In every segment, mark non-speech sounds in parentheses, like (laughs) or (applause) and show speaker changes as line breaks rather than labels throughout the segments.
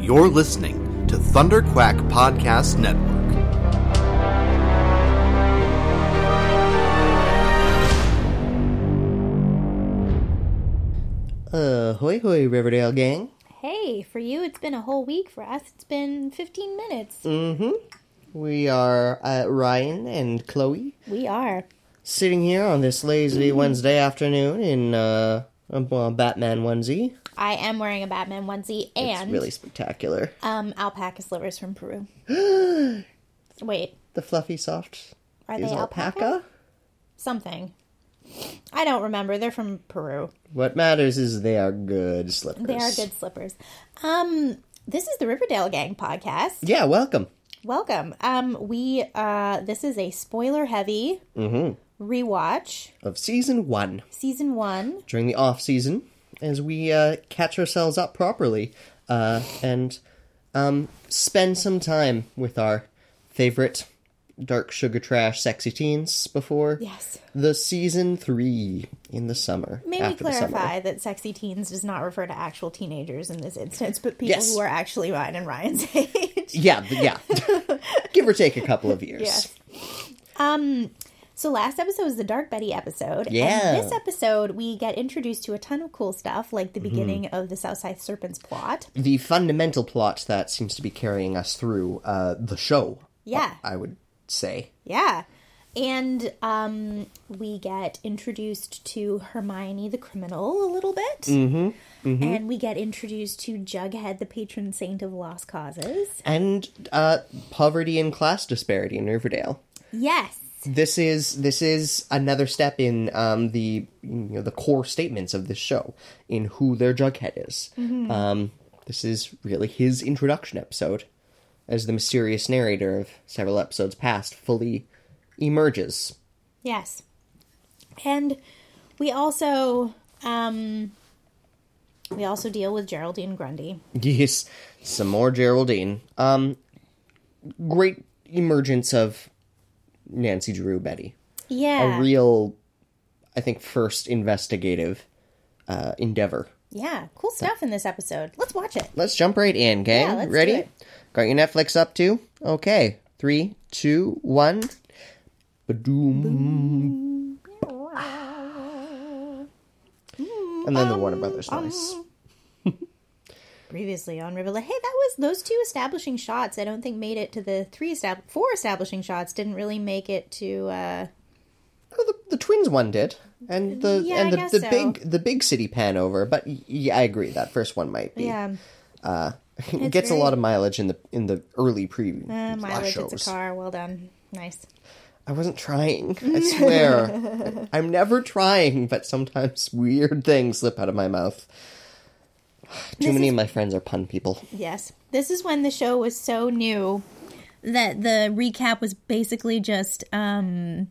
You're listening to Thunder Quack Podcast Network.
Uh, hoy hoy, Riverdale gang.
Hey, for you it's been a whole week. For us it's been 15 minutes.
Mm. We are uh, Ryan and Chloe
We are.
sitting here on this lazy
Mm.
Wednesday afternoon in uh, a well, Batman onesie.
I am wearing a Batman onesie
It's
and
really spectacular.
um alpaca slivers
(gasps)
from Peru. Wait,
The fluffy soft
are
is
they
alpaca?
alpaca? Something. I don't remember. They're from Peru.
What matters is they are good slippers.
They are good slippers. Um this is the Riverdale Gang podcast.
Yeah, welcome.
Welcome. Um we uh this is a spoiler heavy
Mm-hmm.
rewatch
Of season one
season 1.
during the off season as we uh, catch ourselves up properly uh, and um, spend some time with our favorite dark sugar trash sexy teens before
Yes.
the season three in the summer.
Maybe
after The summer.
clarify that sexy teens does not refer to actual teenagers in this instance, but people
Yes.
who are actually mine and Ryan's (laughs) age.
Yeah, th-
(laughs)
yeah. Give or take a couple of years.
Yes. So last episode was the Dark Betty episode.
Yeah.
And this episode we get introduced to a ton of cool stuff, like
Mm-hmm.
the beginning of the Southside Serpents plot.
The fundamental plot that seems to be carrying us through uh, the show.
Yeah.
I would say.
Yeah. And um, we get introduced to Hermione the criminal a little bit. Mm-hmm. And we get introduced to Jughead, the patron saint of lost causes.
And uh, poverty and class disparity in Riverdale.
Yes.
This is this is another step in um, the you know the core statements of this show in who their Jughead is. Um, this is really his introduction episode, as the mysterious narrator of several episodes past fully emerges. (laughs)
Yes. And we also um we also deal with Geraldine Grundy.
Yes, some more Geraldine. Um, great emergence of Nancy Drew Betty.
Yeah.
A real, I think, first investigative uh, endeavor.
yeah, cool stuff in this episode. Let's watch it.
Let's jump right in, gang.
Yeah, let's
Ready?
do it.
Got your Netflix up too? Okay. Three, two, one. Ba-doom. And then the Warner Brothers
Um,
noise.
Previously on Riverdale. Hey, that was those two establishing shots. I don't think made it to the three estab four establishing shots didn't really make it to uh
Well, Oh, the, the twins one did, and the
Yeah,
and
I
the,
guess
the
so.
big the big city pan over. But y- yeah, I agree that first one might be.
yeah,
(laughs)
um,
it gets a
very-
lot of mileage in the in the early preview
uh,
last
mileage
shows.
it's a car. Well done. Nice.
I wasn't trying. I swear, I'm never trying. But sometimes weird things slip out of my mouth. (sighs) Too many of my friends are pun people. (laughs)
Yes. This is when the show was so new that the recap was basically just um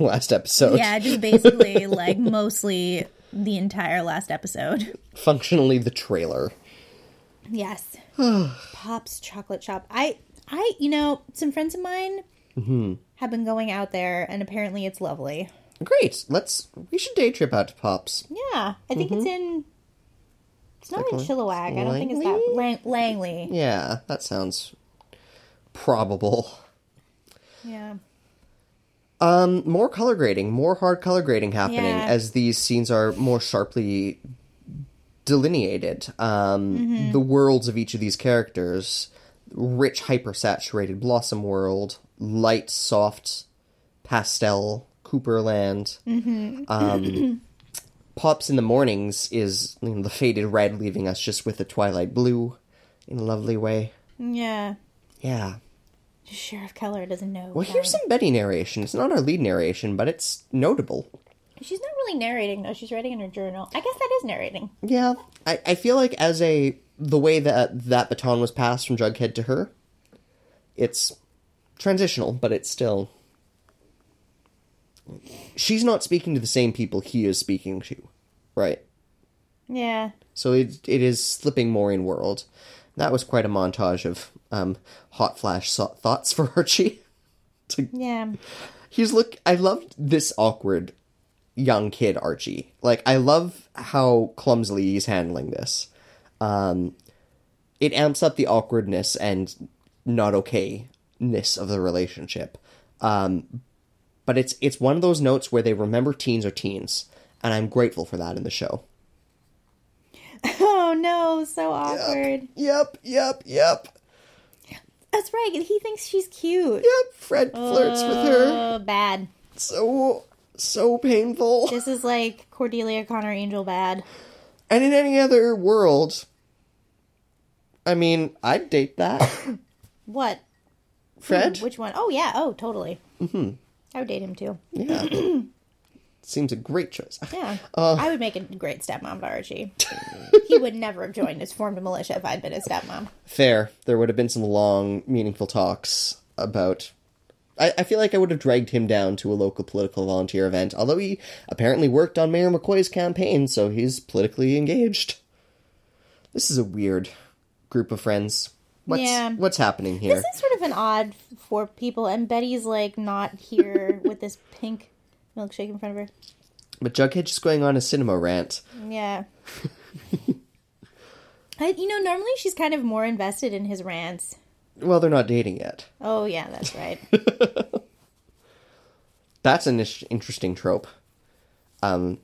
Last episode,
Yeah, just basically like mostly the entire last episode.
functionally the trailer.
Yes. Pop's chocolate shop. I I you know, some friends of mine have been going out there and apparently it's lovely.
Great. Let's we should day trip out to Pops.
Yeah. I think it's in it's not in Chilliwack. I don't think it's that Lang- Langley.
Yeah, that sounds probable.
Yeah.
more color grading, more hard color grading happening
Yeah.
as these scenes are more sharply delineated. Um, The worlds of each of these characters rich, hypersaturated Blossom World, light, soft, pastel, Cooperland. Um, (clears throat) Pops in the Mornings is you know, the faded red, leaving us just with the twilight blue in a lovely way.
Yeah.
Yeah.
Sheriff Keller doesn't know.
Well, here's some Betty narration. It's not our lead narration, but it's notable.
She's not really narrating though. She's writing in her journal. I guess that is narrating.
Yeah, I, I feel like as a the way that that baton was passed from Jughead to her, it's transitional, but it's still. She's not speaking to the same people he is speaking to, right?
Yeah.
So it it is slipping more in world. That was quite a montage of um, hot flash so- thoughts for Archie. (laughs)
Yeah.
He's look. I loved this awkward young kid Archie. Like I love how clumsily he's handling this. Um, it amps up the awkwardness and not okayness of the relationship. Um, but it's it's one of those notes where they remember teens are teens, and I'm grateful for that in the show.
Oh no, so awkward.
Yep, yep, yep,
That's right. He thinks she's cute.
yep. Fred flirts with her.
Oh, bad.
So so painful.
This is like Cordelia Connor Angel bad.
And in any other world, I mean, I'd date
(laughs)
that.
What?
Fred?
Which one? Oh yeah. Oh, totally. Mm-hmm. I would date him too.
Yeah. Seems a great choice.
Yeah. I would make a great stepmom to Archie. he would never have joined his formed militia if I'd been his stepmom.
Fair. There would have been some long, meaningful talks about. I, I feel like I would have dragged him down to a local political volunteer event, although he apparently worked on Mayor McCoy's campaign, so he's politically engaged. This is a weird group of friends. What's,
Yeah.
what's happening here?
This is sort of an odd f- for people, and Betty's like not here with this pink milkshake in front of her.
But Jughead just going on a cinema rant.
Yeah. I, you know, normally she's kind of more invested in his rants.
Well, they're not dating yet.
Oh yeah, that's right.
That's an ish- interesting trope. Um,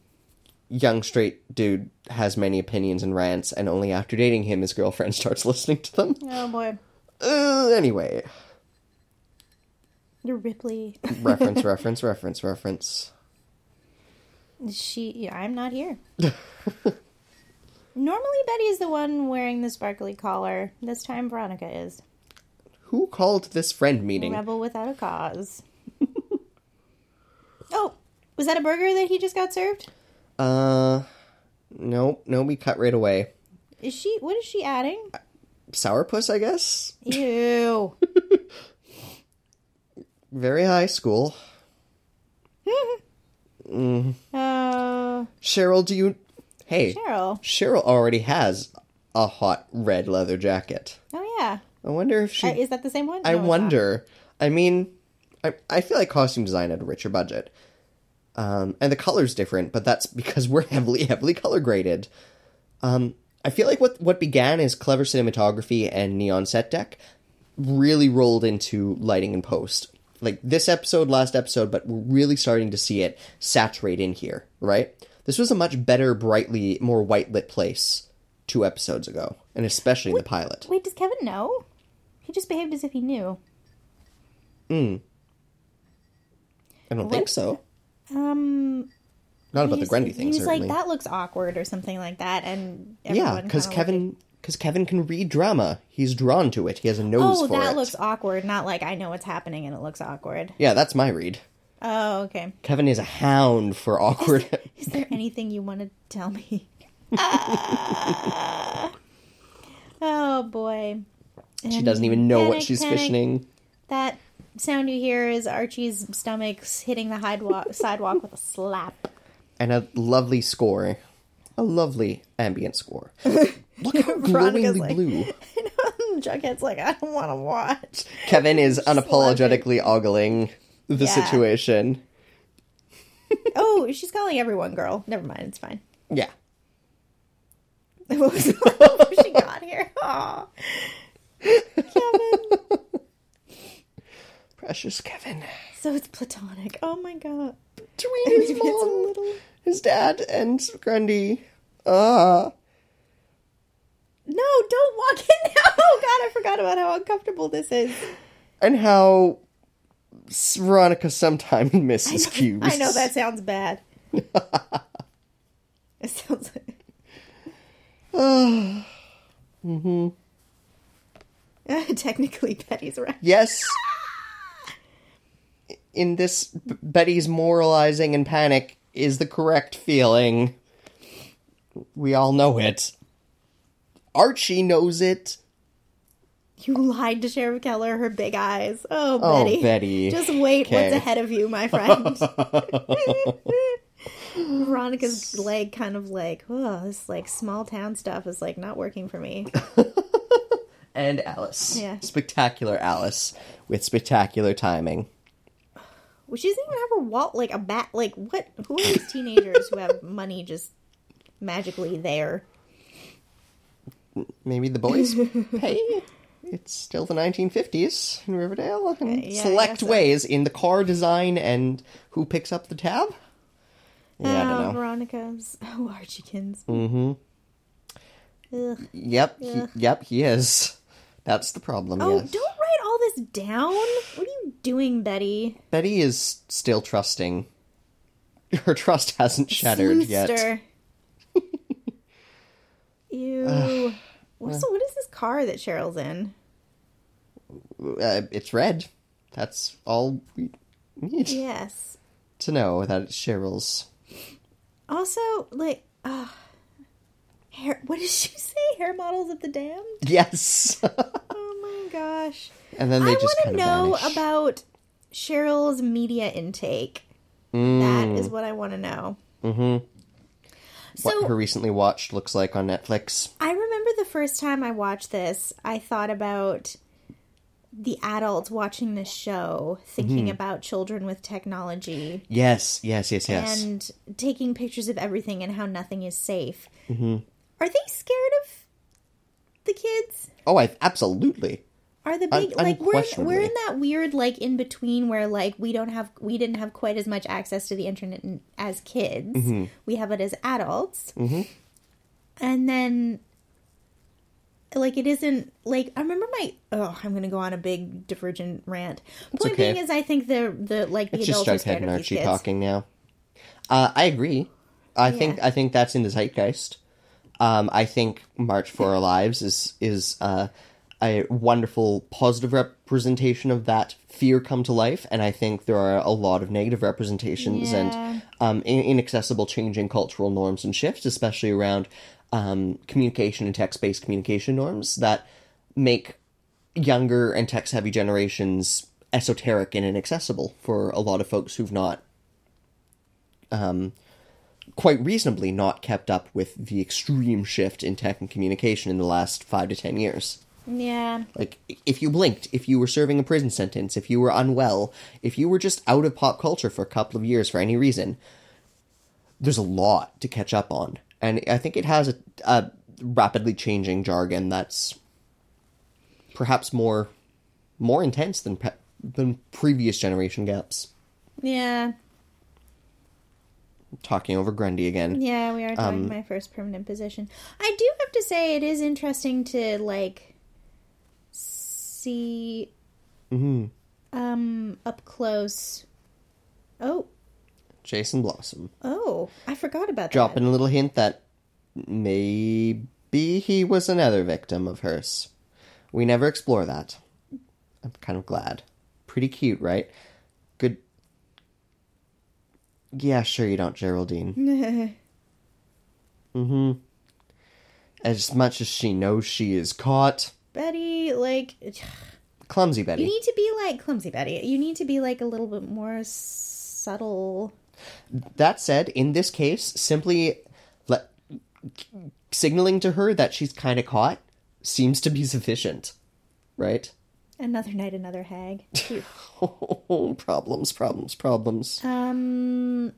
young straight dude has many opinions and rants, and only after dating him, his girlfriend (laughs) starts listening to them.
oh boy,
Uh, anyway,
you're Ripley.
reference, reference, reference, reference.
She, yeah, I'm
(laughs)
not here. normally Betty is the one wearing the sparkly collar. This time Veronica is.
Who called this friend meeting?
Rebel without
(laughs)
a cause. oh, was that a burger that he just got served?
Uh, no, no, we cut right away.
Is she? What is
(laughs)
she adding?
Sourpuss, I guess.
Ew.
Very high school.
Uh,
Cheryl, do you? Hey,
Cheryl.
Cheryl already has a hot red leather jacket.
Oh yeah.
I wonder if she.
Uh, Is that the same one?
I
No, it's not.
wonder. I mean, I I feel like costume design had a richer budget, um, and the color's different, but that's because we're (laughs) heavily heavily color graded. Um, I feel like what what began as clever cinematography and neon set deck really rolled into lighting and post. Like this episode, last episode, but we're really starting to see it saturate in here, right? This was a much better, brightly, more white lit place two episodes ago, and especially in the pilot.
Wait, does Kevin know? He just behaved as if he knew.
I don't think so.
Um,
Not about
he
the
was-
Grundy thing,
He was
certainly.
like, "That looks awkward" or something like that, and
Yeah,
everyone
because
kinda
Kevin, because Kevin can read drama. He's drawn to it. He has a
looked-
nose
Oh,
for
that
it.
looks awkward. Not like I know what's happening and it looks awkward.
Yeah, that's my read.
Oh, okay.
Kevin is a hound for awkward.
Is there anything you want to tell me? Ah. oh boy.
(laughs) she doesn't even know what
Panic,
she's
panic.
fishing.
That sound you hear is Archie's stomach hitting the hidewalk, sidewalk with a slap. (laughs)
And a lovely score, a lovely ambient
(laughs)
score. Look how glowingly
Veronica's like- (laughs)
blue.
Jughead's like, I don't want to watch.
Kevin
(laughs)
is unapologetically ogling the
Yeah.
situation.
Oh, she's calling everyone girl. Never mind, it's fine. (laughs)
Yeah,
What was the (laughs) level she got here? Aw. Kevin.
precious
(laughs)
Kevin.
So it's platonic. Oh my god.
Between his
Maybe it's a
mom,
little-
his dad, and Grundy. Ah,
No, don't walk in (laughs) now. Oh god, I forgot about how uncomfortable this is.
and how Veronica sometimes (laughs) misses cues.
(laughs) I know that
(laughs)
sounds bad. it sounds
(sighs)
like. mm-hmm. (laughs) technically, Betty's right. (laughs)
Yes. In this, B- Betty's moralizing and panic is the correct feeling. We all know it. Archie knows it.
You lied to Sheriff Keller, her big eyes. Oh,
Oh,
Betty.
Betty.
Just wait
Okay.
what's ahead of you, my friend.
(laughs)
(laughs) Veronica's leg kind of like, oh, this like small town stuff is like not working for me.
And Alice.
Yeah.
Spectacular Alice with spectacular timing.
Well, she doesn't even have a wall like a bat like what who are (laughs) these teenagers who have money just magically there?
maybe the
(laughs)
boys. hey, it's still the 1950s in Riverdale. In
Uh, yeah, I
select
guess so.
ways in the car design and who picks up the tab. Yeah, I
oh,
don't know.
Veronica's. (laughs) Oh, Archiekins. Mm-hmm. Ugh.
Yep, he, yep, he is. That's the problem.
Oh,
yes,
don't write all this down. What are you doing, Betty?
Betty is still trusting. Her trust hasn't shattered yet. (laughs)
Sleuthster. Ew. What's, what is this car that Cheryl's in?
Uh, it's red. That's all we need
Yes.
to know that it's Cheryl's.
Also, like, uh, hair. What did she (laughs) say? Hair models at the damned.
Yes. (laughs)
Oh my gosh.
and then they
I
just
want to
kind of
know
vanish.
about Cheryl's media intake. That is what I want to know. Mm-hmm. So
what her recently watched looks like on Netflix.
I remember the first time I watched this, I thought about the adults watching this show, thinking
Mm-hmm.
about children with technology
Yes, yes, yes, yes.
and taking pictures of everything and how nothing is safe. Mm-hmm. Are they scared of the kids?
oh, I absolutely.
Are the
Un-
big like we're in, we're in
unquestionably.
that weird like in between where like we don't have we didn't have quite as much access to the internet n- as kids.
Mm-hmm.
We have it as adults, and then like it isn't like I remember my oh I'm gonna go on a big divergent rant. Point
okay.
being is I think the the like the
It's just
adults are scared
Jughead and
of these
Archie
kids.
talking now. Uh, I agree. I think
Yeah.
I think that's in the zeitgeist. Um, I think March for Our Lives is is uh, a wonderful positive representation of that fear come to life, and I think there are a lot of negative representations
Yeah.
and um, in- inaccessible changing cultural norms and shifts, especially around um, communication and text based communication norms that make younger and text heavy generations esoteric and inaccessible for a lot of folks who've not quite reasonably not kept up with the extreme shift in tech and communication in the last five to ten years.
Yeah,
Like, i- if you blinked, if you were serving a prison sentence, if you were unwell, if you were just out of pop culture for a couple of years for any reason, there's a lot to catch up on. And I think it has a, a rapidly changing jargon that's perhaps more more intense than pre- than previous generation gaps.
yeah,
Talking over Grundy again.
yeah. We are doing my first permanent position. I do have to say it is interesting to like see um up close. Oh,
Jason Blossom.
oh! I forgot about
dropping
that.
a little hint that maybe he was another victim of hers. We never explore that. I'm kind of glad. Pretty cute, right? Good. Yeah, sure you don't, Geraldine. mm-hmm. As much as she knows she is caught,
Betty, like
clumsy
you
Betty.
need to be like clumsy Betty. You need to be like a little bit more subtle.
That said, in this case, simply le- signaling to her that she's kind of caught seems to be sufficient, right? (laughs)
Another night, another hag.
problems, problems, problems.
Um.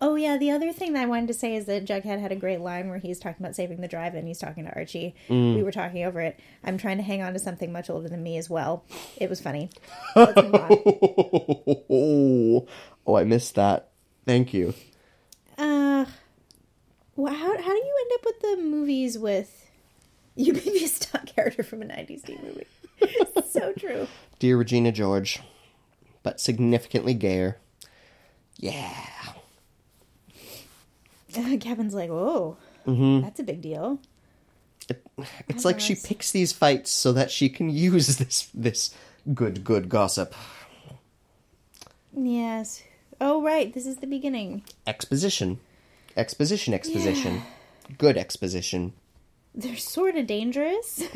Oh yeah, the other thing that I wanted to say is that Jughead had a great line where he's talking about saving the drive and he's talking to Archie. We were talking over it. I'm trying to hang on to something much older than me as well. It was funny. Let's move on.
(laughs) oh, I missed that. Thank you.
Uh, wha how how do you end up with the movies with (laughs) you may be a stock character from a '90s D movie? (laughs) so true.
Dear Regina George, but significantly gayer. Yeah.
Uh, Kevin's like, whoa, that's a big deal.
It's like she picks these fights so that she can use this this good good gossip.
Yes. Oh right, this is the beginning.
Exposition. Exposition, exposition. Good exposition.
They're sort of dangerous. (laughs)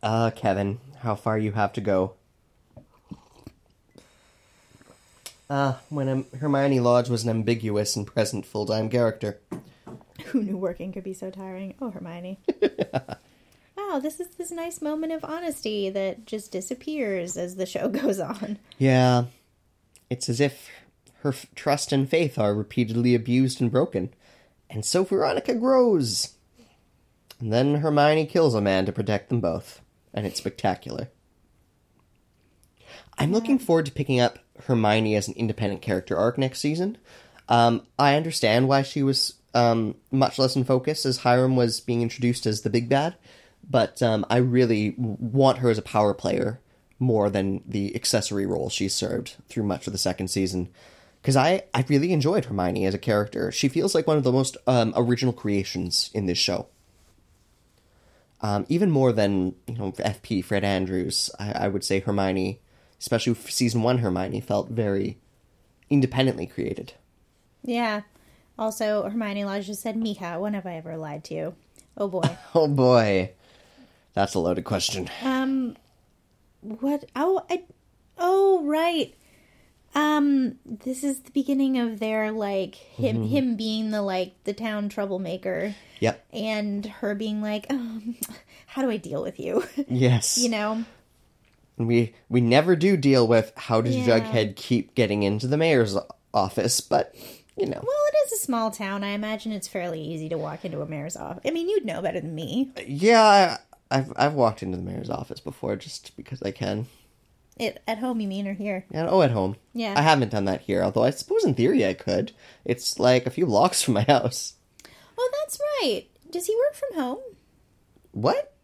Uh, Kevin, how far you have to go? Uh, when um, Hermione Lodge was an ambiguous and present full-time character.
(laughs) Who knew working could be so tiring? Oh, Hermione. wow, this is this nice moment of honesty that just disappears as the show (laughs) goes on.
Yeah, it's as if her f- trust and faith are repeatedly abused and broken, and so Veronica grows. And then Hermione kills a man to protect them both, and it's spectacular. I'm looking forward to picking up Hermione as an independent character arc next season. Um, I understand why she was um, much less in focus as Hiram was being introduced as the big bad, but um, I really w- want her as a power player more than the accessory role she served through much of the second season. Because I, I really enjoyed Hermione as a character. She feels like one of the most um, original creations in this show um, even more than you know FP Fred Andrews. I, I would say Hermione, especially f- season one Hermione, felt very independently created.
Yeah. Also, Hermione Lodge just said, Mika, when have I ever lied to you? Oh boy.
Oh boy, that's a loaded question.
what? Oh, I. Oh, right. Um, this is the beginning of their like him him being the like the town troublemaker
Yep.
and her being like, um, (laughs) how do I deal with you? (laughs)
Yes.
you know?
we we never do deal with how does
Yeah.
Jughead keep getting into the mayor's o- office, but you know,
Well, it is a small town. I imagine it's fairly easy to walk into a mayor's office. I mean, you'd know better than me.
yeah. I, I've I've walked into the mayor's office before just because I can.
It, at home, you mean, or here?
And oh, at home.
Yeah.
I haven't done that here, although I suppose in theory I could. It's like a few blocks from my (laughs) house.
Oh, that's right. Does he work from home?
What?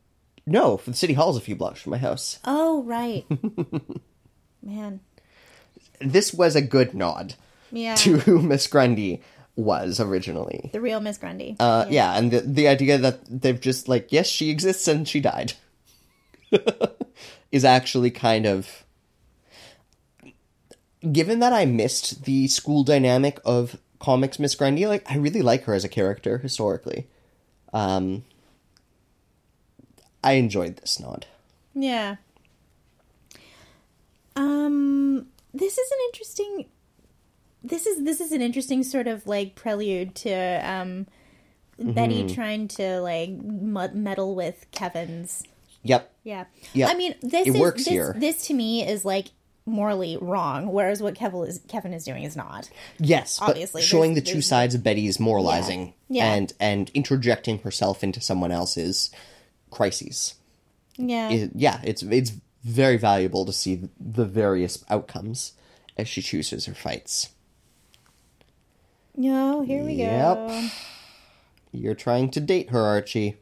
No, the city hall's a few blocks from my house.
Oh, right. Man.
This was a good nod
Yeah.
to (laughs) who Miss Grundy was originally.
The real Miss Grundy.
Uh, yeah. and the the idea that they've just like, yes, she exists and she died, (laughs) is actually kind of. Given that I missed the school dynamic of comics, Miss Grundy, like I really like her as a character historically. Um, I enjoyed this nod.
Yeah. Um this is an interesting this is this is an interesting sort of like prelude to um Betty trying to like mu- meddle with Kevin's.
Yep.
Yeah.
Yeah.
I mean, this
It
is,
works
this,
here.
This to me is like morally wrong, whereas what Kevin is Kevin is doing is not.
Yes,
Obviously,
but showing the
there's-
two sides of Betty's moralizing
Yeah.
and and interjecting herself into someone else's crises.
Yeah.
It- yeah, it's it's very valuable to see the various outcomes as she chooses her fights.
no, here we go.
Yep. You're trying to date her, Archie.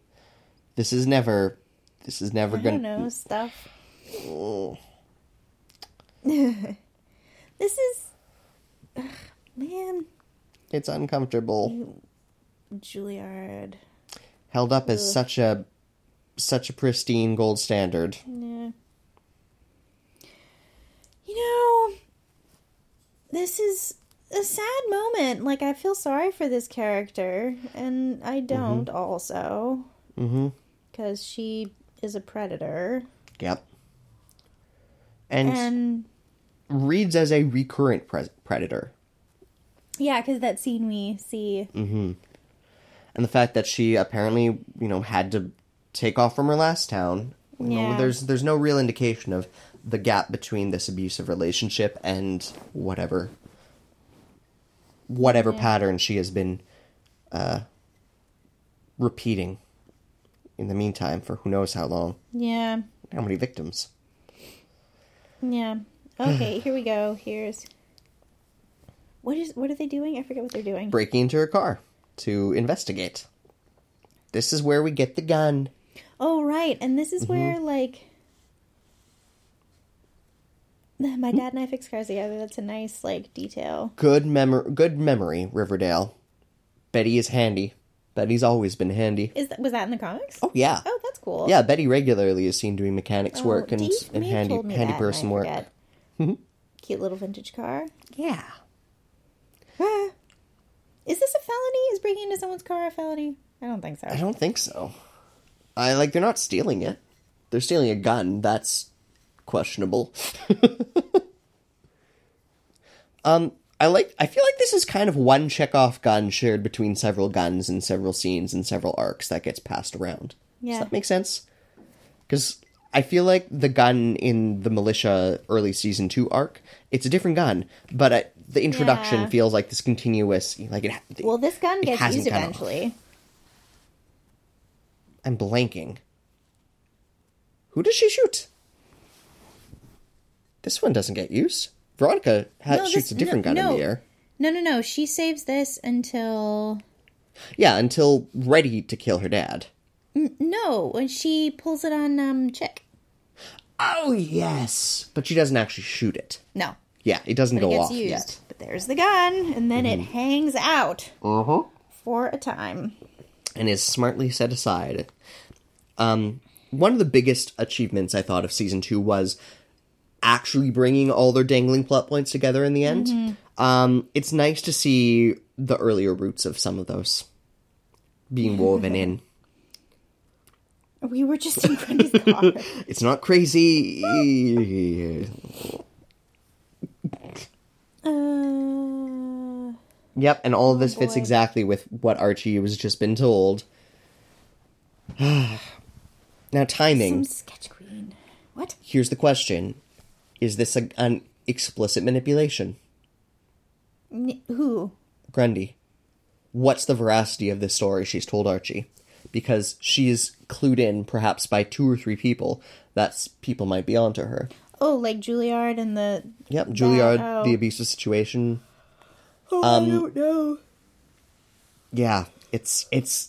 This is never this is never
I don't
going to
know stuff. (laughs) this is Ugh, man
it's uncomfortable.
Juilliard.
Held up as such a such a pristine gold standard.
You know, this is a sad moment. Like I feel sorry for this character, and I don't also because she is a predator
Yep. and
and.
reads as a recurrent pres predator.
Yeah, because that scene we see.
and the fact that she apparently you know had to take off from her last town You know,
Yeah.
there's there's no real indication of the gap between this abusive relationship and whatever whatever pattern she has been uh repeating in the meantime for who knows how long
Yeah,
how many victims
yeah. Okay, here we go. Here's what is what are they doing? I forget what they're doing.
breaking into her car to investigate this is where we get the gun
Oh, right. And this
Mm-hmm.
is where, like, (sighs) my dad and I fix cars together. That's a nice, like, detail.
good mem- good memory, Riverdale. Betty is handy. Betty's always been handy.
Is that was that in the comics?
Oh yeah.
Oh, that's cool.
Yeah, Betty regularly is seen doing mechanics
Oh,
work and,
Dave
and
May
handy
told me that,
handy
and I
person work. (laughs) Mm-hmm.
forget. Cute little vintage car. (gasps)
Yeah.
Ah. Is this a felony? Is breaking into someone's car a felony? I don't think so.
I don't think so. I like they're not stealing it. They're stealing a gun. That's questionable. (laughs) um I like I feel like this is kind of one Chekhov gun shared between several guns in several scenes and several arcs that gets passed around.
Yeah.
Does that make sense? Cuz I feel like the gun in the militia early season 2 arc, it's a different gun, but I, the introduction
Yeah.
feels like this continuous like it ha-
Well, this gun
it
gets
hasn't
used
gone off.
eventually.
I'm blanking. Who does she shoot? This one doesn't get used. Veronica ha-
No,
Uh, shoots
this-
a different
no,
gun in the
no.
air.
No, no, no. She saves this until
Yeah, until ready to kill her dad.
no, when she pulls it on um Chick.
Oh yes, but she doesn't actually shoot it.
No,
Yeah, it doesn't
it
go
gets
off Mm-hmm.
used.
yet.
But there's the gun, and then it hangs out
Uh huh.
for a time.
and is smartly set aside. Um, one of the biggest achievements I thought of season two was actually bringing all their dangling plot points together in the end.
Mm-hmm.
Um, it's nice to see the earlier roots of some of those being woven in.
(laughs) We were just
(laughs)
in Grundy's car.
It's not crazy.
Uh,
Yep, and all of this fits
boy.
exactly with what Archie was just been told. (sighs) now timing.
some sketch queen. What?
here's the question is this a, an explicit manipulation
N- who?
grundy what's the veracity of this story she's told archie because she is clued in perhaps by two or three people that people might be onto her
Oh, like Juilliard and the.
yep juilliard
oh.
the abusive situation Um,
Oh, I don't know.
yeah it's it's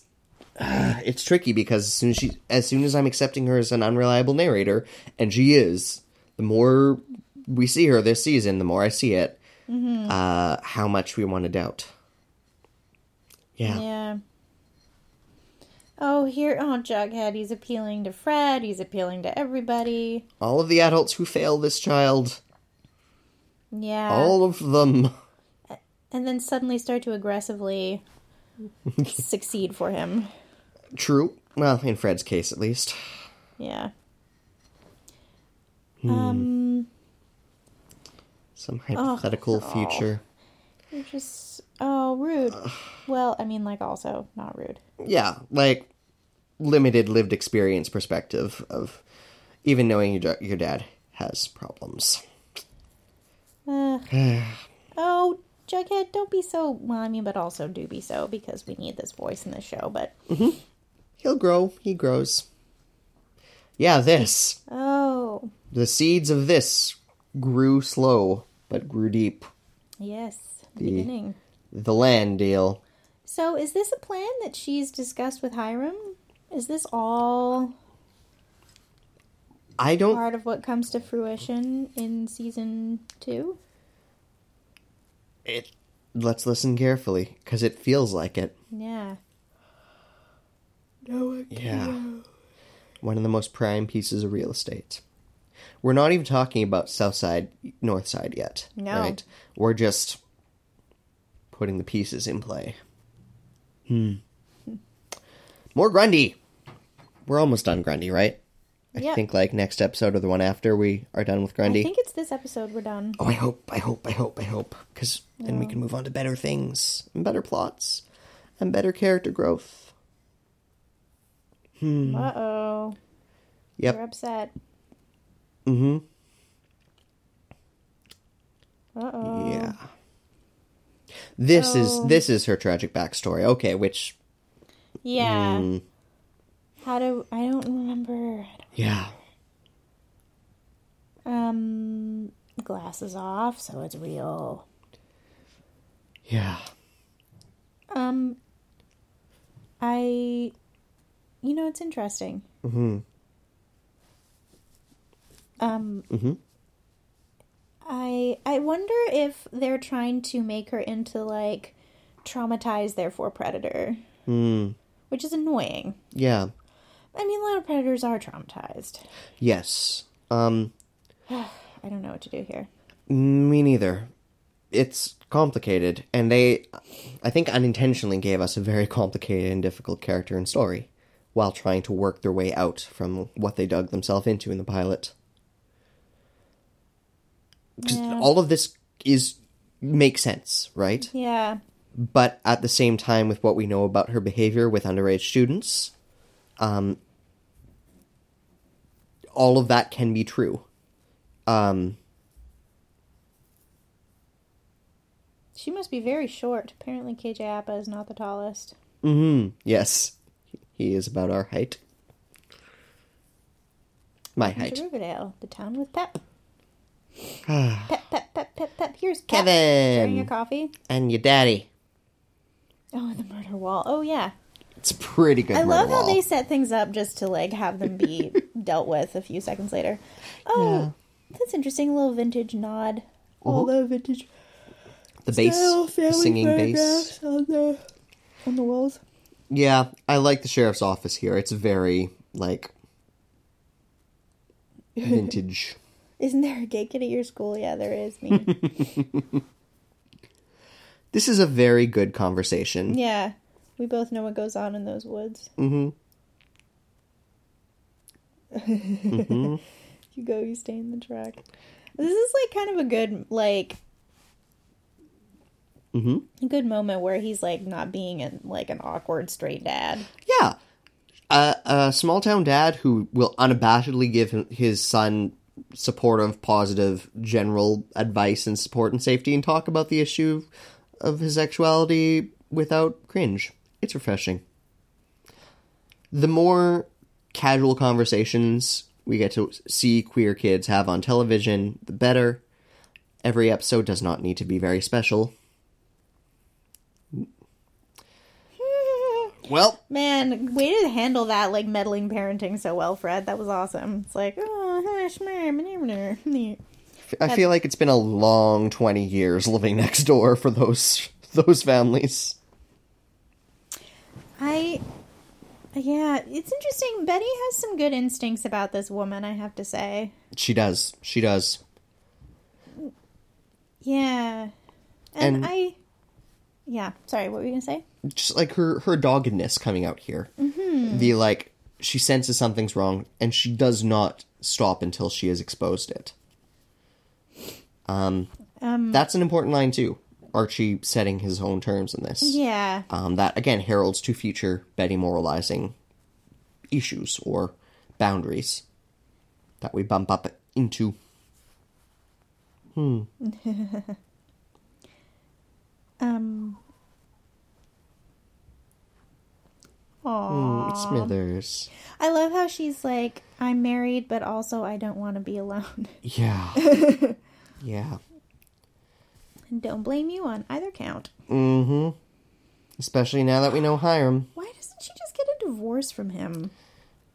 uh, it's tricky because as soon as she as soon as i'm accepting her as an unreliable narrator and she is the more we see her this season the more i see it
Mm-hmm.
uh how much we want to doubt yeah,
Yeah. Oh, here. Oh, Jughead. He's appealing to Fred. He's appealing to everybody.
all of the adults who fail this child
Yeah.
all of them
and then suddenly start to aggressively
(laughs)
succeed for him.
true well in fred's case at least
Yeah.
Hmm.
Um,
some hypothetical future
You're just oh rude. Well, I mean, like also
(sighs)
not rude.
yeah, like limited lived experience perspective of even knowing your your dad has problems.
Oh, Jughead, don't be so. Well, I mean, but also do be so because we need this voice in the show. But
He'll grow. He grows. Yeah, this
oh
the seeds of this grew slow but grew deep.
yes, the beginning.
The land deal.
So is this a plan that she's discussed with Hiram? Is this all
I don't.
part of what comes to fruition in season two?
It, let's listen carefully because it feels like it.
Yeah.
Yeah. One of the most prime pieces of real estate. We're not even talking about south side, north side yet.
No.
We're just putting the pieces in play. Hmm. More Grundy. We're almost done Grundy, right? I
Yeah.
think like next episode or the one after we are done with Grundy.
I think it's this episode we're done.
Oh, I hope, I hope, I hope, I hope. Because then we can move on to better things, and better plots, and better character growth.
Uh oh.
Mm-hmm. Yep.
You're upset. Mm-hmm. Uh oh.
Yeah. Oh. This
So-
is this is her tragic backstory. Okay, which
Yeah. How do I don't remember.
yeah.
Um glasses off, so it's real.
Yeah.
Um I you know it's interesting. Mm-hmm. Um
Mhm.
I I wonder if they're trying to make her into like traumatized therefore predator. Which is annoying.
Yeah.
I mean, a lot of predators are traumatized.
Yes. Um
I don't know what to do here.
me neither. It's complicated and they I think unintentionally gave us a very complicated and difficult character and story while trying to work their way out from what they dug themselves into in the pilot. 'Cause
Yeah.
All of this is makes sense, right?
Yeah.
but at the same time with what we know about her behavior with underage students um all of that can be true um
She must be very short. Apparently, KJ Appa is not the tallest.
mhm, yes he is about our height My height.
To Riverdale, the town
(sighs)
with Pep. pep, pep, pep, pep, pep. Here's Pep. During your
Ah. Kevin
coffee.
and your daddy.
Oh, and the murder wall. Oh yeah.
It's a pretty good.
I love
murder
how they
wall.
set things up just to like have them be
(laughs)
dealt with a few seconds later. Oh, that's interesting. A little vintage nod. All the vintage
the Uh-huh. bass,
style
the
family
singing bass.
photographs on the on the walls.
Yeah, I like the sheriff's office here. It's very
(laughs)
like vintage.
Isn't there a gay kid at your school? Yeah, there is. Me.
this is a very good conversation.
yeah, we both know what goes on in those woods. Mm-hmm. (laughs) you go, you stay in the track. This is like kind of a good like. A good moment where he's like not being an, like an awkward straight dad.
Yeah. A, a small town dad who will unabashedly give him- his son supportive, positive, general advice and support and safety and talk about the issue of his sexuality without cringe. It's refreshing. The more casual conversations we get to see queer kids have on television, the better. Every episode does not need to be very special. Well,
Man, way to handle that like meddling parenting so well, Fred. That was awesome. It's like, oh, hush, man.
I feel like it's been a long 20 years living (laughs) next door for those those families.
I yeah, it's interesting. Betty has some good instincts about this woman, I have to say.
She does. She does.
Yeah. And,
And-
I yeah, sorry, what were you going to say?
Just like her her doggedness coming out here. The like she senses something's wrong and she does not stop until she has exposed it. Um, that's an important line too. Archie setting his own terms in this.
Yeah.
Um, that again heralds to future Betty moralizing issues or boundaries that we bump up into.
Um
Hmm.
Aww.
Smithers.
I love how she's like, I'm married, but also I don't want to be alone. (laughs)
Yeah. yeah.
and don't blame you on either count.
Especially now that we know Hiram,
Why doesn't she just get a divorce from him?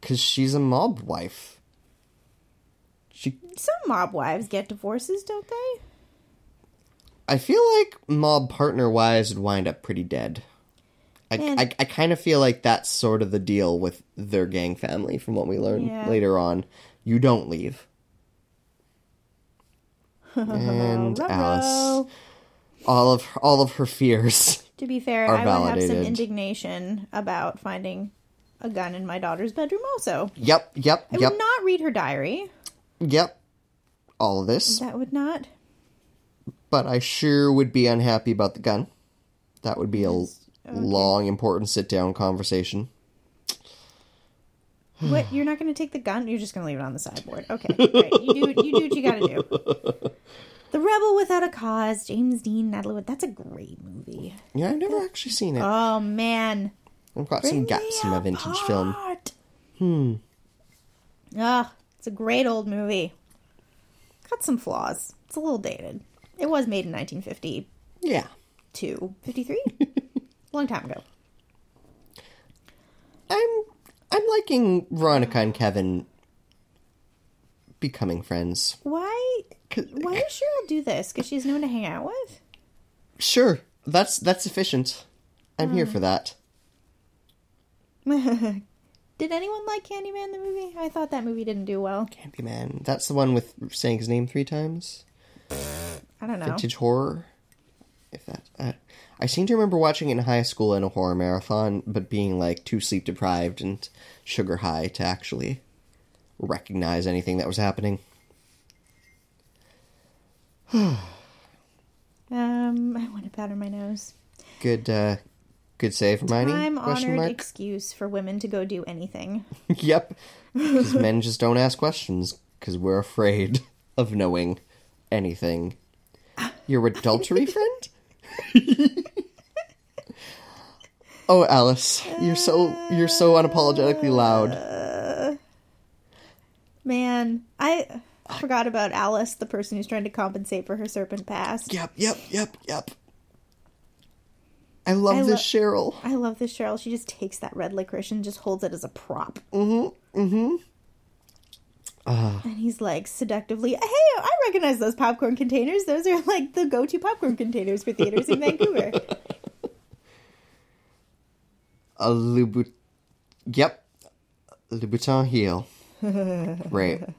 because she's a mob wife. She,
Some mob wives get divorces, don't they?
I feel like mob partner wise would wind up pretty dead. I,
Man.
I, I kind of feel like that's sort of the deal with their gang family from what we learn
Yeah.
later on. You don't
(laughs)
leave. and Alice,
Ruh-roh.
all of all of her fears.
To be fair,
are
I would have
validated.
some indignation about finding a gun in my daughter's bedroom also.
Yep, yep,
I
yep,
would not read her diary.
yep. All of this.
That would not.
but I sure would be unhappy about the gun. That would be a l- long, important sit down conversation.
What you're not going to take the gun, you're just going to leave it on the sideboard. Okay. Right. You do you do what you got
(laughs)
to do. The Rebel Without a Cause, James Dean, Natalie Wood. That's a great movie.
Yeah, I've never actually seen it.
Oh man.
I've got some gaps in my vintage film.
Hmm. Ah, it's a great old movie. Got some flaws. It's a little dated. It was made in 1950.
Yeah.
Two
(laughs)
fifty-three, long time ago
I'm I'm liking Veronica and Kevin becoming friends.
why
'Cause-
why does cheryl do this because she's known to hang out with
Sure, that's that's sufficient. I'm here for that.
did anyone like candyman the movie i thought that movie didn't do well
Candyman. That's the one with saying his name three times.
i don't know
vintage horror. If that, uh, I seem to remember watching it in high school in a horror marathon, but being like too sleep deprived and sugar high to actually recognize anything that was happening.
um i want to powder my nose
Good, uh, good save, Hermione?
i'm
question
honored
mark.
excuse for women to go do anything
(laughs) yep, because men just don't ask questions because we're afraid (laughs) of knowing anything. Your adultery friend. (laughs) oh, Alice, you're so you're so unapologetically loud.
Man, I forgot about Alice, the person who's trying to compensate for her serpent past.
Yep, yep, yep, yep. I love
I
this Cheryl.
I love this Cheryl. She just takes that red licorice and just holds it as a prop.
mm-hmm.
Mm-hmm. Mm-hmm. and he's like seductively, "Hey, I recognize those popcorn containers. Those are like the go-to popcorn containers for theaters
(laughs)
in Vancouver."
A Louboutin. Yep. Louboutin
(laughs)
heel. right.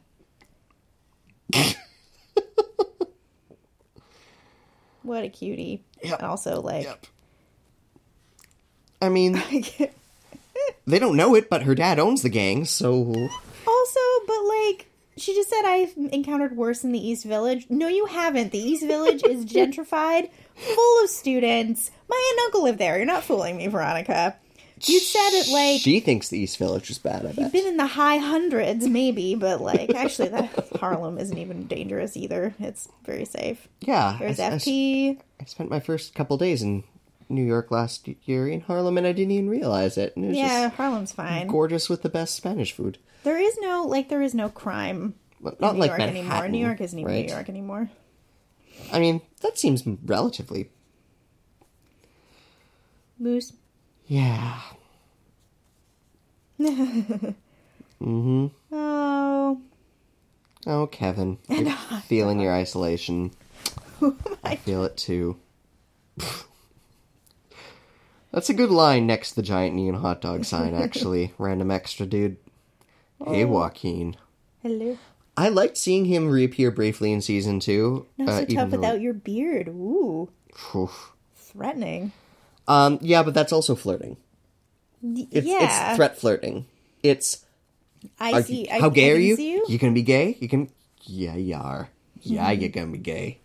What a cutie!
Yep.
And also, like,
Yep. I
(laughs)
mean, they don't know it, but her dad owns the gang, so.
also, but like, she just said, "I've encountered worse in the East Village." No, you haven't. The East Village
(laughs)
is gentrified, full of students. My aunt and uncle live there. You're not fooling me, Veronica. You said it like
She thinks the East Village is bad, I bet.
been in the high hundreds, maybe, but like
(laughs)
actually, that Harlem isn't even dangerous either. It's very safe.
Yeah.
There's
I, I-
FP.
I spent my first couple days in New York last year in Harlem, and I didn't even realize it. And it was
Yeah,
just
Harlem's fine.
gorgeous with the best Spanish food.
There is no like there is no crime
But not
in New
like
York
Manhattan,
anymore. New York isn't even
right?
New York anymore.
I mean, that seems relatively.
Moose.
Yeah.
Oh,
Oh,
(laughs)
Kevin, you're feeling your isolation. I feel it too. That's a good line next to the giant neon hot dog sign,
(laughs)
actually. Random extra dude.
Oh.
Hey, Joaquin.
hello.
I liked seeing him reappear briefly in season two.
Not
uh,
so
even
tough
though-
without your beard. Ooh,
Oof.
threatening.
Um, yeah, but that's also flirting.
Y-
It's,
yeah,
it's threat flirting. It's
I
are
see.
you-
I,
how
I
gay are
can
you?
see
You gonna be gay? You can? Yeah, you are. Yeah, you gonna be gay.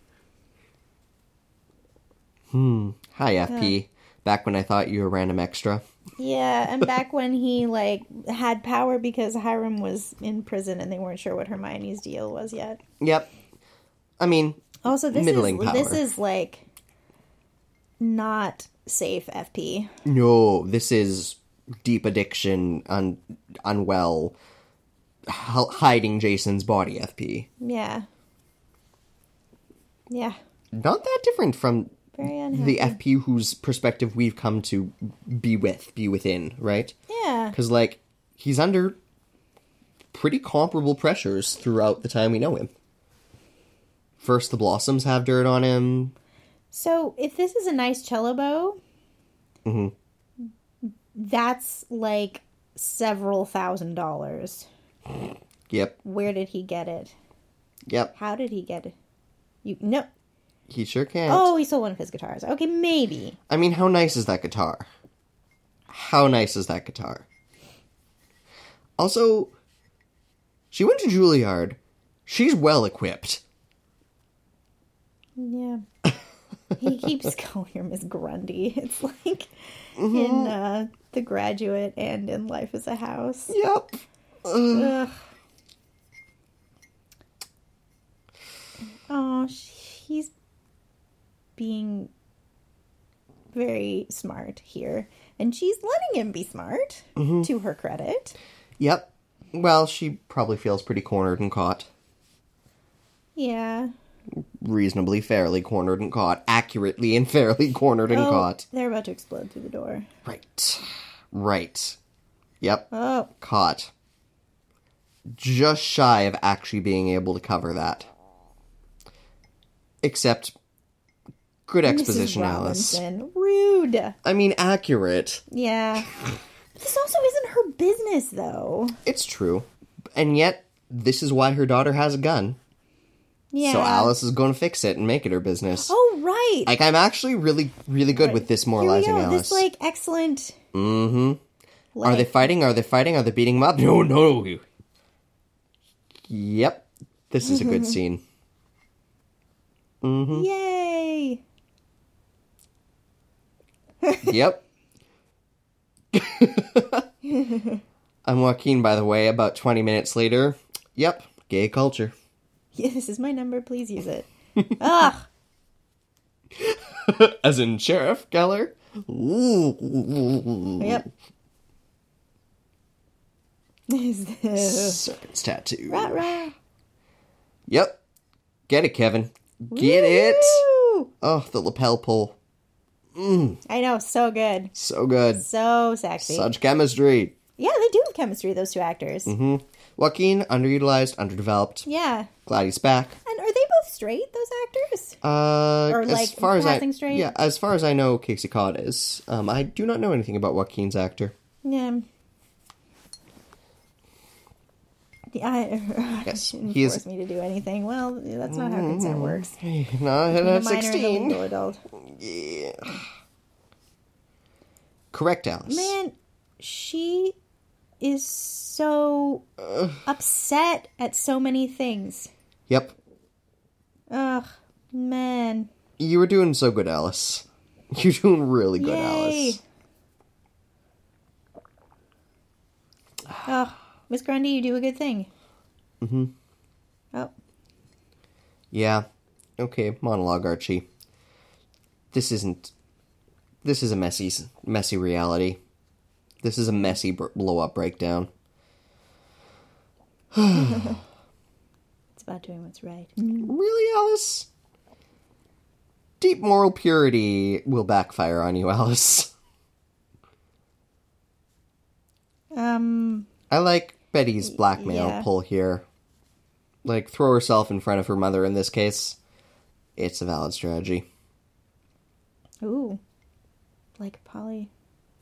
Hmm. Hi, FP. Back when I thought you were random extra.
Yeah, and back when he like had power because Hiram was in prison and they weren't sure what Hermione's deal was yet.
Yep. I mean,
Also, this
Middling
is
power.
this is like not safe FP.
no. This is deep addiction, un- unwell, h- hiding Jason's body. FP.
Yeah, yeah,
Not that different from
very unhappy.
the FP whose perspective we've come to be with, be within, right?
yeah,
Because, like, he's under pretty comparable pressures throughout the time we know him. First, the Blossoms have dirt on him.
So if this is a nice cello bow,
Mm-hmm.
that's like several thousand dollars.
Yep,
Where did he get it?
yep,
How did he get it? You no.
he sure can.
Oh, he sold one of his guitars. Okay, maybe.
I mean, how nice is that guitar? How nice is that guitar? Also, she went to Juilliard. She's well equipped.
Yeah. he keeps (laughs) calling her Miss Grundy. It's like in uh, The Graduate and in Life is a House.
Yep.
Ugh. Oh, he's being very smart here. And she's letting him be smart, to her credit.
Yep. Well, she probably feels pretty cornered and caught.
Yeah.
reasonably fairly cornered and caught, accurately and (laughs) fairly cornered and
Oh,
caught.
They're about to explode through the door.
Right. Right. Yep.
Oh,
Caught. Just shy of actually being able to cover that. Except good exposition,
Mrs.
Alice.
Robinson. Rude.
I mean accurate.
Yeah. (laughs) this also isn't her business, though.
It's true. And yet this is why her daughter has a gun.
Yeah.
So Alice is going to fix it and make it her business.
Oh, right.
Like I'm actually really really good with this
Here we
moralizing
go.
Alice. Mm-hmm.
This, like, excellent. Mm hmm.
Are they
Like,
fighting? Are they fighting? Are they beating him up? (laughs) No, no. Yep. This is a good scene.
Yay. (laughs)
Yep. I'm Joaquin, by the way, about 20 minutes later. Yep. Gay culture.
Yeah, this is my number. Please use it. Ugh.
As in Sheriff Keller.
Oh, (laughs)
Ooh.
Yep. Is the
Serpent's tattoo.
rah rah.
Yep. Get it, Kevin. Get it.
Woo!
Oh, the lapel pull.
I know, so good,
So good.
so sexy.
Such chemistry.
yeah, they do have chemistry. Those two actors.
Mm-hmm. Joaquin, underutilized, underdeveloped.
Yeah,
Gladys back.
and are they both straight? Those actors?
Uh,
Or,
as
like,
far as I,
passing straight?
yeah, as far as I know, Casey Cod is. Um, I do not know anything about Joaquin's actor. (laughs)
Yeah. Yeah, I,
Yes,
didn't
he is- Mm-hmm.
force me to do anything. Well, that's not how consent works.
Not ahead
The
of
minor and the legal
sixteen.
adult.
Correct, Alice.
Man, she is so upset at so many things.
Yep,
Ugh, man.
you were doing so good, Alice. (laughs) You're doing really good,
Yay.
Alice.
Ugh, Miss Grundy, you do a good thing. Mm-hmm. Oh,
Yeah. Okay, monologue, Archie. This isn't. This is a messy, messy reality. This is a messy br- blow up breakdown.
it's about doing what's right.
Really, Alice? Deep moral purity will backfire on you, (laughs) Alice.
Um,
I like Betty's blackmail
yeah.
pull here. Like, throw herself in front of her mother in this case. It's a valid strategy.
ooh. Like Polly.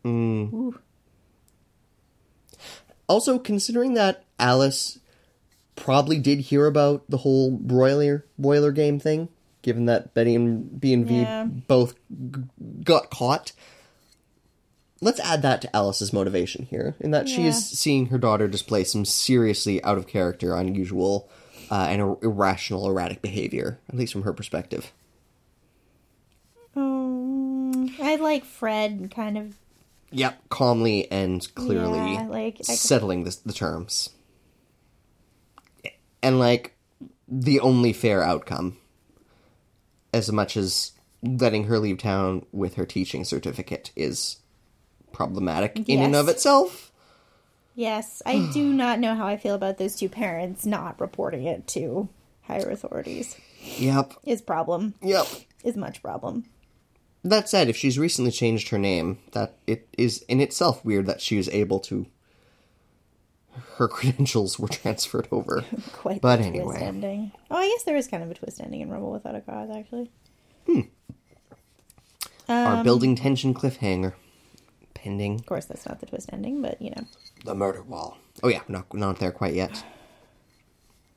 Mm.
Ooh.
Also, considering that Alice probably did hear about the whole broiler boiler game thing, given that Betty and B and
Yeah.
V both g- got caught, let's add that to Alice's motivation here, in that she
Yeah.
is seeing her daughter display some seriously out of character, unusual, uh, and ir- irrational, erratic behavior, at least from her perspective.
Um, I like Fred kind of.
Yep, calmly and clearly.
Yeah, like, I,
settling the, the terms. And like the only fair outcome as much as letting her leave town with her teaching certificate is problematic in and of
Yes.
itself.
yes, I
(sighs)
do not know how I feel about those two parents not reporting it to higher authorities.
Yep.
Is problem.
Yep.
Is much problem.
That said, if she's recently changed her name, that it is in itself weird that she was able to her credentials were (laughs) transferred
(laughs)
over.
Quite
But
the
anyway.
twist ending. Oh, I guess there is kind of a twist ending in Rumble Without a Cause, actually.
Our building tension cliffhanger pending
Of course, that's not the twist ending, but you know.
the murder wall. Oh yeah, not not there quite yet.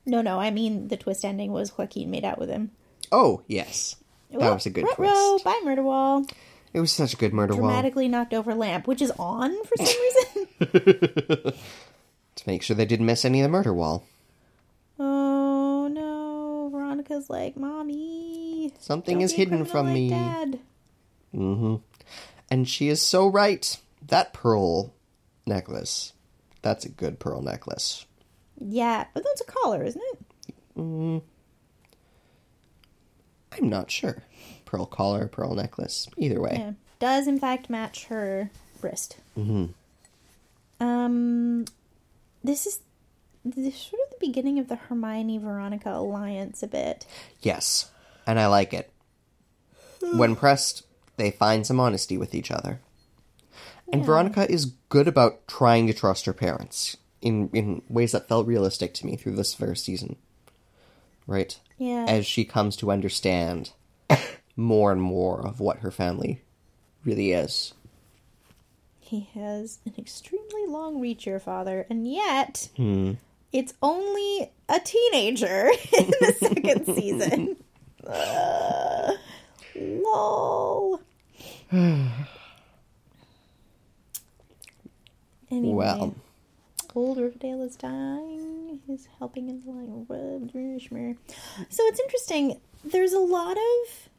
No, no, I mean the twist ending was Joaquin made out with him.
Oh, yes. That was a good
Ruh-roh,
twist.
Bye, murder wall.
It was such a good murder wall.
Dramatically knocked over lamp, which is on for some (laughs) reason.
To make sure they didn't miss any of the murder wall.
oh no, Veronica's like, mommy.
Something
don't
is
be a
hidden
criminal
from
like
me.
Dad.
And she is so right. That pearl necklace. That's a good pearl necklace.
Yeah, but that's a collar, isn't it?
I'm not sure. Pearl collar, pearl necklace. Either way.
Yeah, does in fact match her wrist. Mm-hmm. Um, this is this is sort of the beginning of the Hermione Veronica alliance a bit.
Yes. And I like it. when pressed, they find some honesty with each other. And Veronica is good about trying to trust her parents in, in ways that felt realistic to me through this first season. Right?
Yeah.
As she comes to understand (coughs) more and more of what her family really is.
He has an extremely long reach, your father, and yet it's only a teenager (laughs) in the second season. Uh, lol. anyway,
Well.
old Riverdale is dying. He's helping in the line. So it's interesting. There's a lot of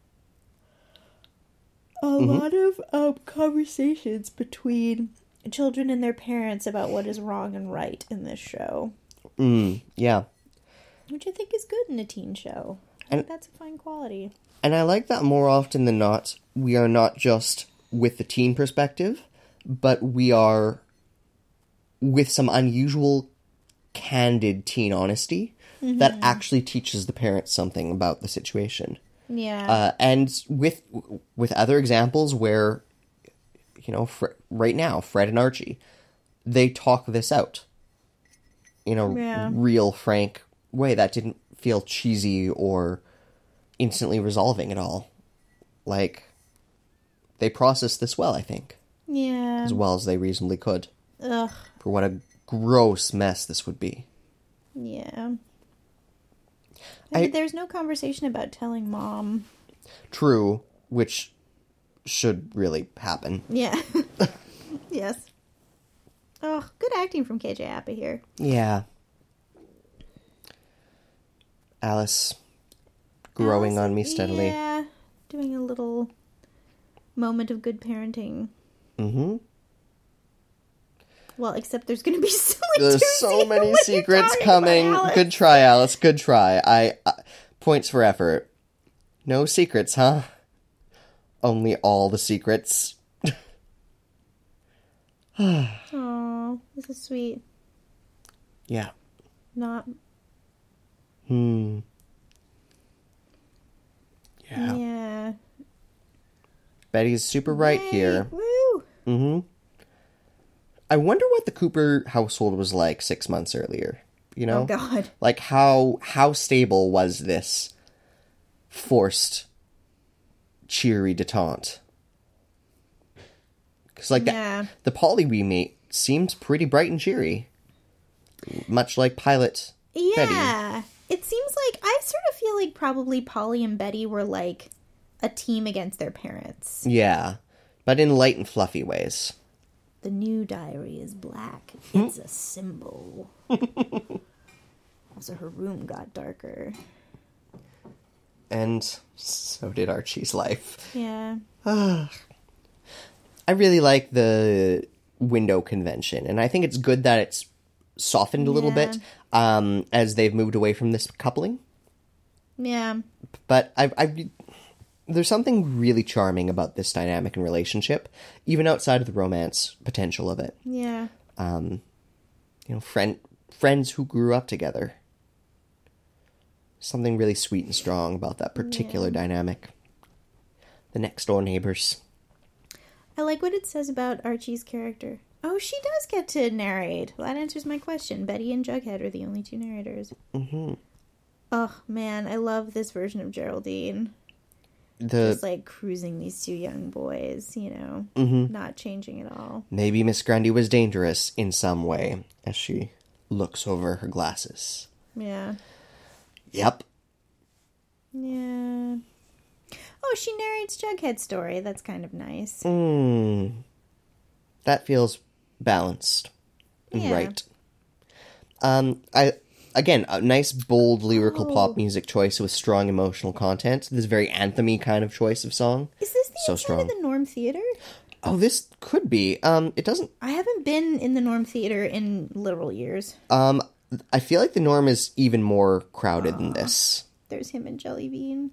a
Mm-hmm.
lot of um, conversations between children and their parents about what is wrong and right in this show,
hmm, Yeah.
which I think is good in a teen show. I think
And-
that's a fine quality.
And I like that more often than not, we are not just with the teen perspective, but we are with some unusual candid teen honesty that actually teaches the parents something about the situation
Yeah.
uh, and with with other examples where you know Fre- right now fred and archie they talk this out in a
Yeah.
real frank way that didn't feel cheesy or instantly resolving at all like they processed this well i think
yeah.
as well as they reasonably could
Ugh.
for what a gross mess this would be
Yeah.
I-
And There's no conversation about telling mom.
true which should really happen
Yeah. (laughs) yes. Oh, good acting from KJ Appa here.
Yeah. Alice growing
Alice-
on me steadily.
Yeah. Doing a little moment of good parenting.
Mm-hmm.
Well, except there's going to be (laughs) so many
There's
two (laughs)
so
scenes
many
when you're
secrets
talking about
coming.
Alice.
Good try, Alice. Good try. I uh, points for effort. No secrets, huh? Only all the secrets.
Aw, this is sweet.
Yeah.
Not.
Hmm.
Yeah.
Betty's super right
Yay,
here.
Woo. Oh,
Mm-hmm. I wonder what the Cooper household was like six months earlier. You know?
Oh, God.
like how how stable was this forced cheery detente because like
Yeah.
the, the polly we meet seems pretty bright and cheery much like pilot
Yeah. It seems like I sort of feel like probably Polly and Betty were like a team against their parents.
yeah but in light and fluffy ways
The new diary is black. It's a (laughs) symbol. also, her room got darker.
and so did archie's life
Yeah.
i really like the window convention and i think it's good that it's softened a little
Yeah.
bit um, as they've moved away from this coupling
Yeah.
but I, I there's something really charming about this dynamic and relationship, even outside of the romance potential of it.
Yeah.
You know, friend friends who grew up together. Something really sweet and strong about that particular dynamic. The next door neighbors.
I like what it says about Archie's character. Oh, she does get to narrate. Well, that answers my question. Betty and Jughead are the only two narrators. Mm-hmm. Oh, man. I love this version of Geraldine.
The
just like cruising these two young boys, you know,
Mm-hmm.
not changing at all.
maybe Miss Grundy was dangerous in some way as she looks over her glasses.
Yeah.
Yep.
Yeah. Oh, she narrates Jughead's story. That's kind of nice.
Mm. that feels balanced and
Yeah.
right. Um, I again a nice bold lyrical
Oh.
pop music choice with strong emotional content. This very anthemy kind of choice of song.
Is this the
So
inside of
strong.
the Norm Theater?
Oh, this could be. Um, it doesn't.
I haven't been in the Norm Theater in literal years.
Um, I feel like the norm is even more crowded than this.
There's him and Jellybean.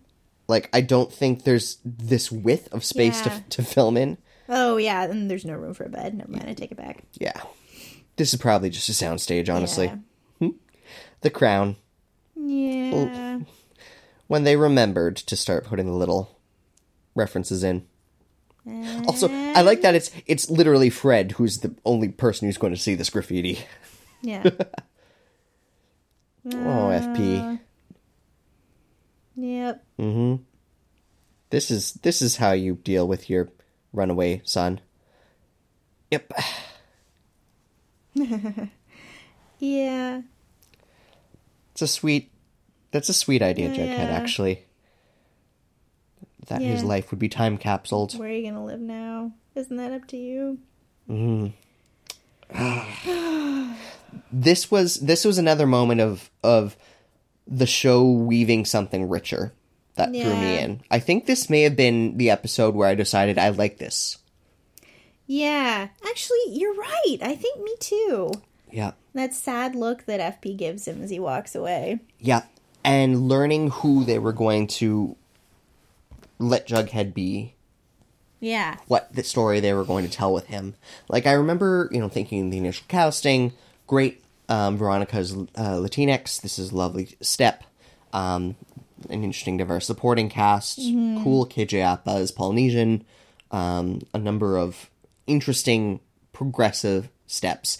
Like, I don't think there's this width of space
Yeah.
to to film in.
Oh yeah, and there's no room for a bed. Never mind, I take it back.
Yeah, this is probably just a soundstage, honestly. Hmm?
Yeah.
The Crown.
Yeah.
when they remembered to start putting the little references in. Also, I like that it's it's literally Fred who's the only person who's going to see this graffiti. (laughs)
Yeah.
Oh,
Uh.
FP.
yep.
This is this is how you deal with your runaway son. Yep.
Yeah.
It's a sweet that's a sweet idea, Jughead,
Yeah.
actually. That his
Yeah.
life would be time capsuled.
Where are you gonna live now? Isn't that up to you?
This was this was another moment of of the show weaving something richer that drew me
Yeah.
in. I think this may have been the episode where I decided I like this.
Yeah, actually, you're right. I think me too.
Yeah.
That sad look that FP gives him as he walks away.
Yeah. And learning who they were going to let Jughead be
Yeah.
what the story they were going to tell with him. Like I remember, you know, thinking the initial casting, great. Um, Veronica's uh, Latinx. This is a lovely step. Um, an interesting, diverse supporting cast. Cool. KJ Apa is Polynesian. Um, a number of interesting, progressive steps.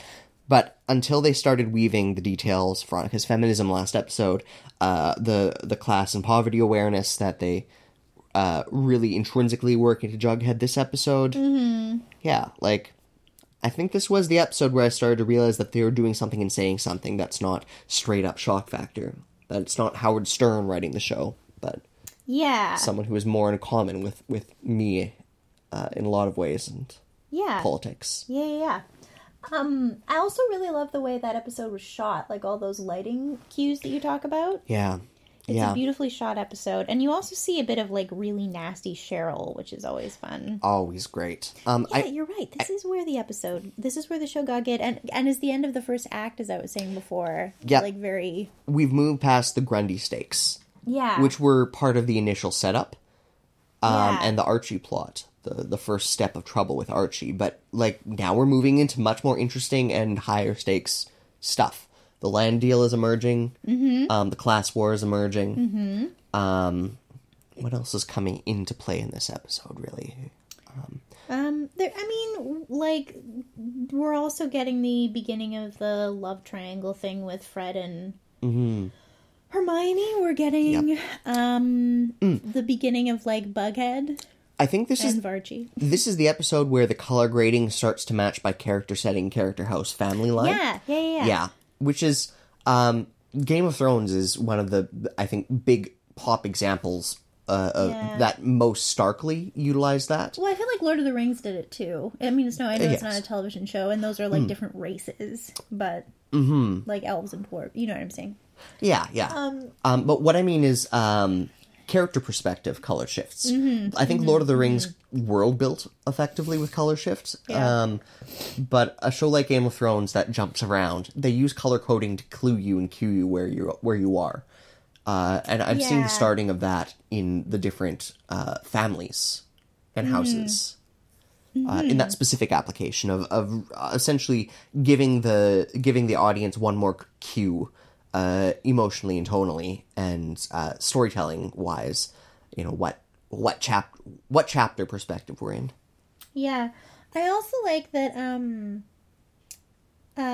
But until they started weaving the details, Veronica's feminism last episode, uh, the the class and poverty awareness that they uh, really intrinsically work into Jughead this episode. Mm-hmm. Yeah, like I think this was the episode where I started to realize that they were doing something and saying something that's not straight up shock factor. That it's not Howard Stern writing the show, but
Yeah.
someone who is more in common with with me uh, in a lot of ways and
yeah.
politics.
Yeah, yeah, yeah. Um, I also really love the way that episode was shot, like all those lighting cues that you talk about.
Yeah,
It's
yeah.
a beautifully shot episode, and you also see a bit of like really nasty Cheryl, which is always fun.
Always great. Um,
Yeah,
I
you're right. This is where the episode, this is where the show got good, and and is the end of the first act, as I was saying before.
Yeah.
like very.
we've moved past the Grundy stakes,
Yeah,
which were part of the initial setup. um,
yeah.
and the Archie plot, the the first step of trouble with Archie. But like now we're moving into much more interesting and higher stakes stuff. The land deal is emerging.
Mm-hmm.
Um, the class war is emerging. Um, what else is coming into play in this episode? Really,
um, there, I mean, like we're also getting the beginning of the love triangle thing with Fred and Hermione. We're getting um the beginning of like Bughead
I think this is
and Varchi.
this is the episode where the color grading starts to match by character setting, character house, family line.
Yeah, yeah, yeah,
yeah which is um game of thrones is one of the i think big pop examples uh, of
Yeah.
that most starkly utilize that
Well, I feel like Lord of the Rings did it too. I mean, it's no, I know it's not
Yes.
a television show, and those are like different races, but like elves and dwarves. You know what I'm saying?
yeah yeah um, but what i mean is um character perspective color shifts
Mm-hmm.
i think lord of the rings world built effectively with color shifts
Yeah.
um but a show like game of thrones that jumps around they use color coding to clue you and cue you where you where you are uh, and I've seen
Yeah.
the starting of that in the different uh, families and houses uh, in that specific application of, of uh, essentially giving the giving the audience one more cue uh, emotionally and tonally and uh, storytelling wise you know what what chap what chapter perspective we're in
Yeah. I also like that um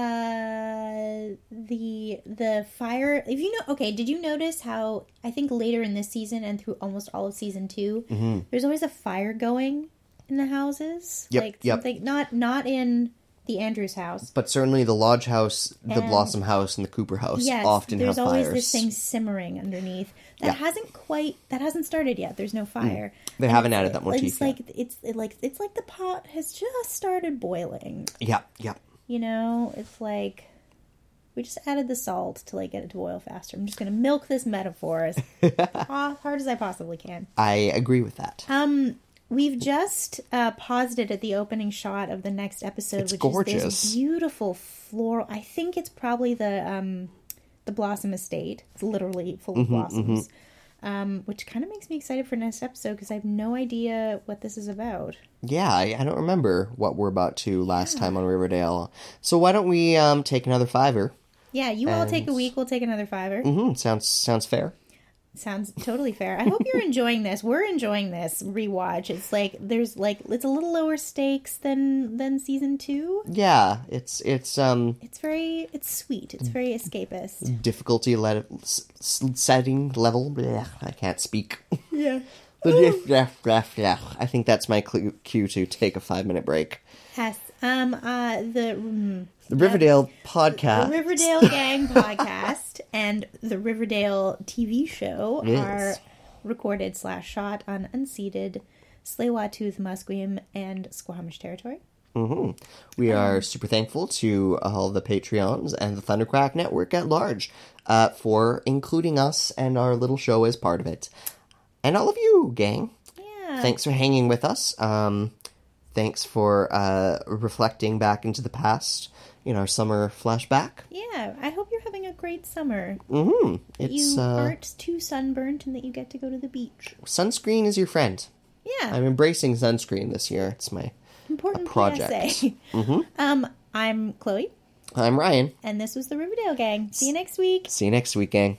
uh the the fire if you know okay did you notice how i think later in this season and through almost all of season 2
Mm-hmm.
there's always a fire going in the houses
Yep,
like
yep.
something not not in the andrews house
but certainly the lodge house the
And-
blossom house and the cooper house
yes
often
there's
have
always
fires
this thing simmering underneath that
Yeah.
hasn't quite that hasn't started yet there's no fire
they
And
haven't
it's-
added that motif
it's
yet.
like it's it like it's like the pot has just started boiling
yeah yeah
you know it's like we just added the salt to like get it to boil faster i'm just gonna milk this metaphor
(laughs)
as ha- hard as i possibly can
i agree with that
we've just uh, paused it at the opening shot of the next episode
It's
which is
gorgeous.
this beautiful floral i think it's probably the um the blossom estate it's literally full
Mm-hmm,
of blossoms Um, which kind of makes me excited for next episode because I have no idea what this is about.
Yeah, I, I don't remember what we're about to last time on Riverdale. So why don't we um, take another fiver?
Yeah, you all take a week. We'll take another fiver.
Hmm, sounds sounds fair.
Sounds totally fair. I hope
(laughs)
you're enjoying this. We're enjoying this rewatch. It's like there's like it's a little lower stakes than than season 2.
Yeah, it's it's um
It's very it's sweet. It's very escapist.
difficulty le- s- s- setting level. Blech, I can't speak. (laughs)
Yeah.
Blech, blech, blech, blech. I think that's my clu cue to take a five minute break.
Yes. Um uh the mm,
The Riverdale podcast.
the Riverdale
(laughs)
Gang podcast and the Riverdale TV show
Yes.
are recorded slash shot on unceded Tsleil-Waututh, Musqueam, and Squamish territory.
We are super thankful to all the Patreons and the Thundercrack Network at large uh, for including us and our little show as part of it. And all of you, gang.
Yeah.
Thanks for hanging with us. Um, thanks for uh, reflecting back into the past in our summer flashback.
Yeah, I hope you're having a great summer.
It's
you
uh,
aren't too sunburnt and that you get to go to the beach.
sunscreen is your friend.
Yeah.
I'm embracing sunscreen this year. It's my.
Important
project.
PSA.
Mm-hmm.
Um, I'm Chloe,
I'm Ryan.
and this was the Riverdale Gang. See you next week.
See you next week, gang.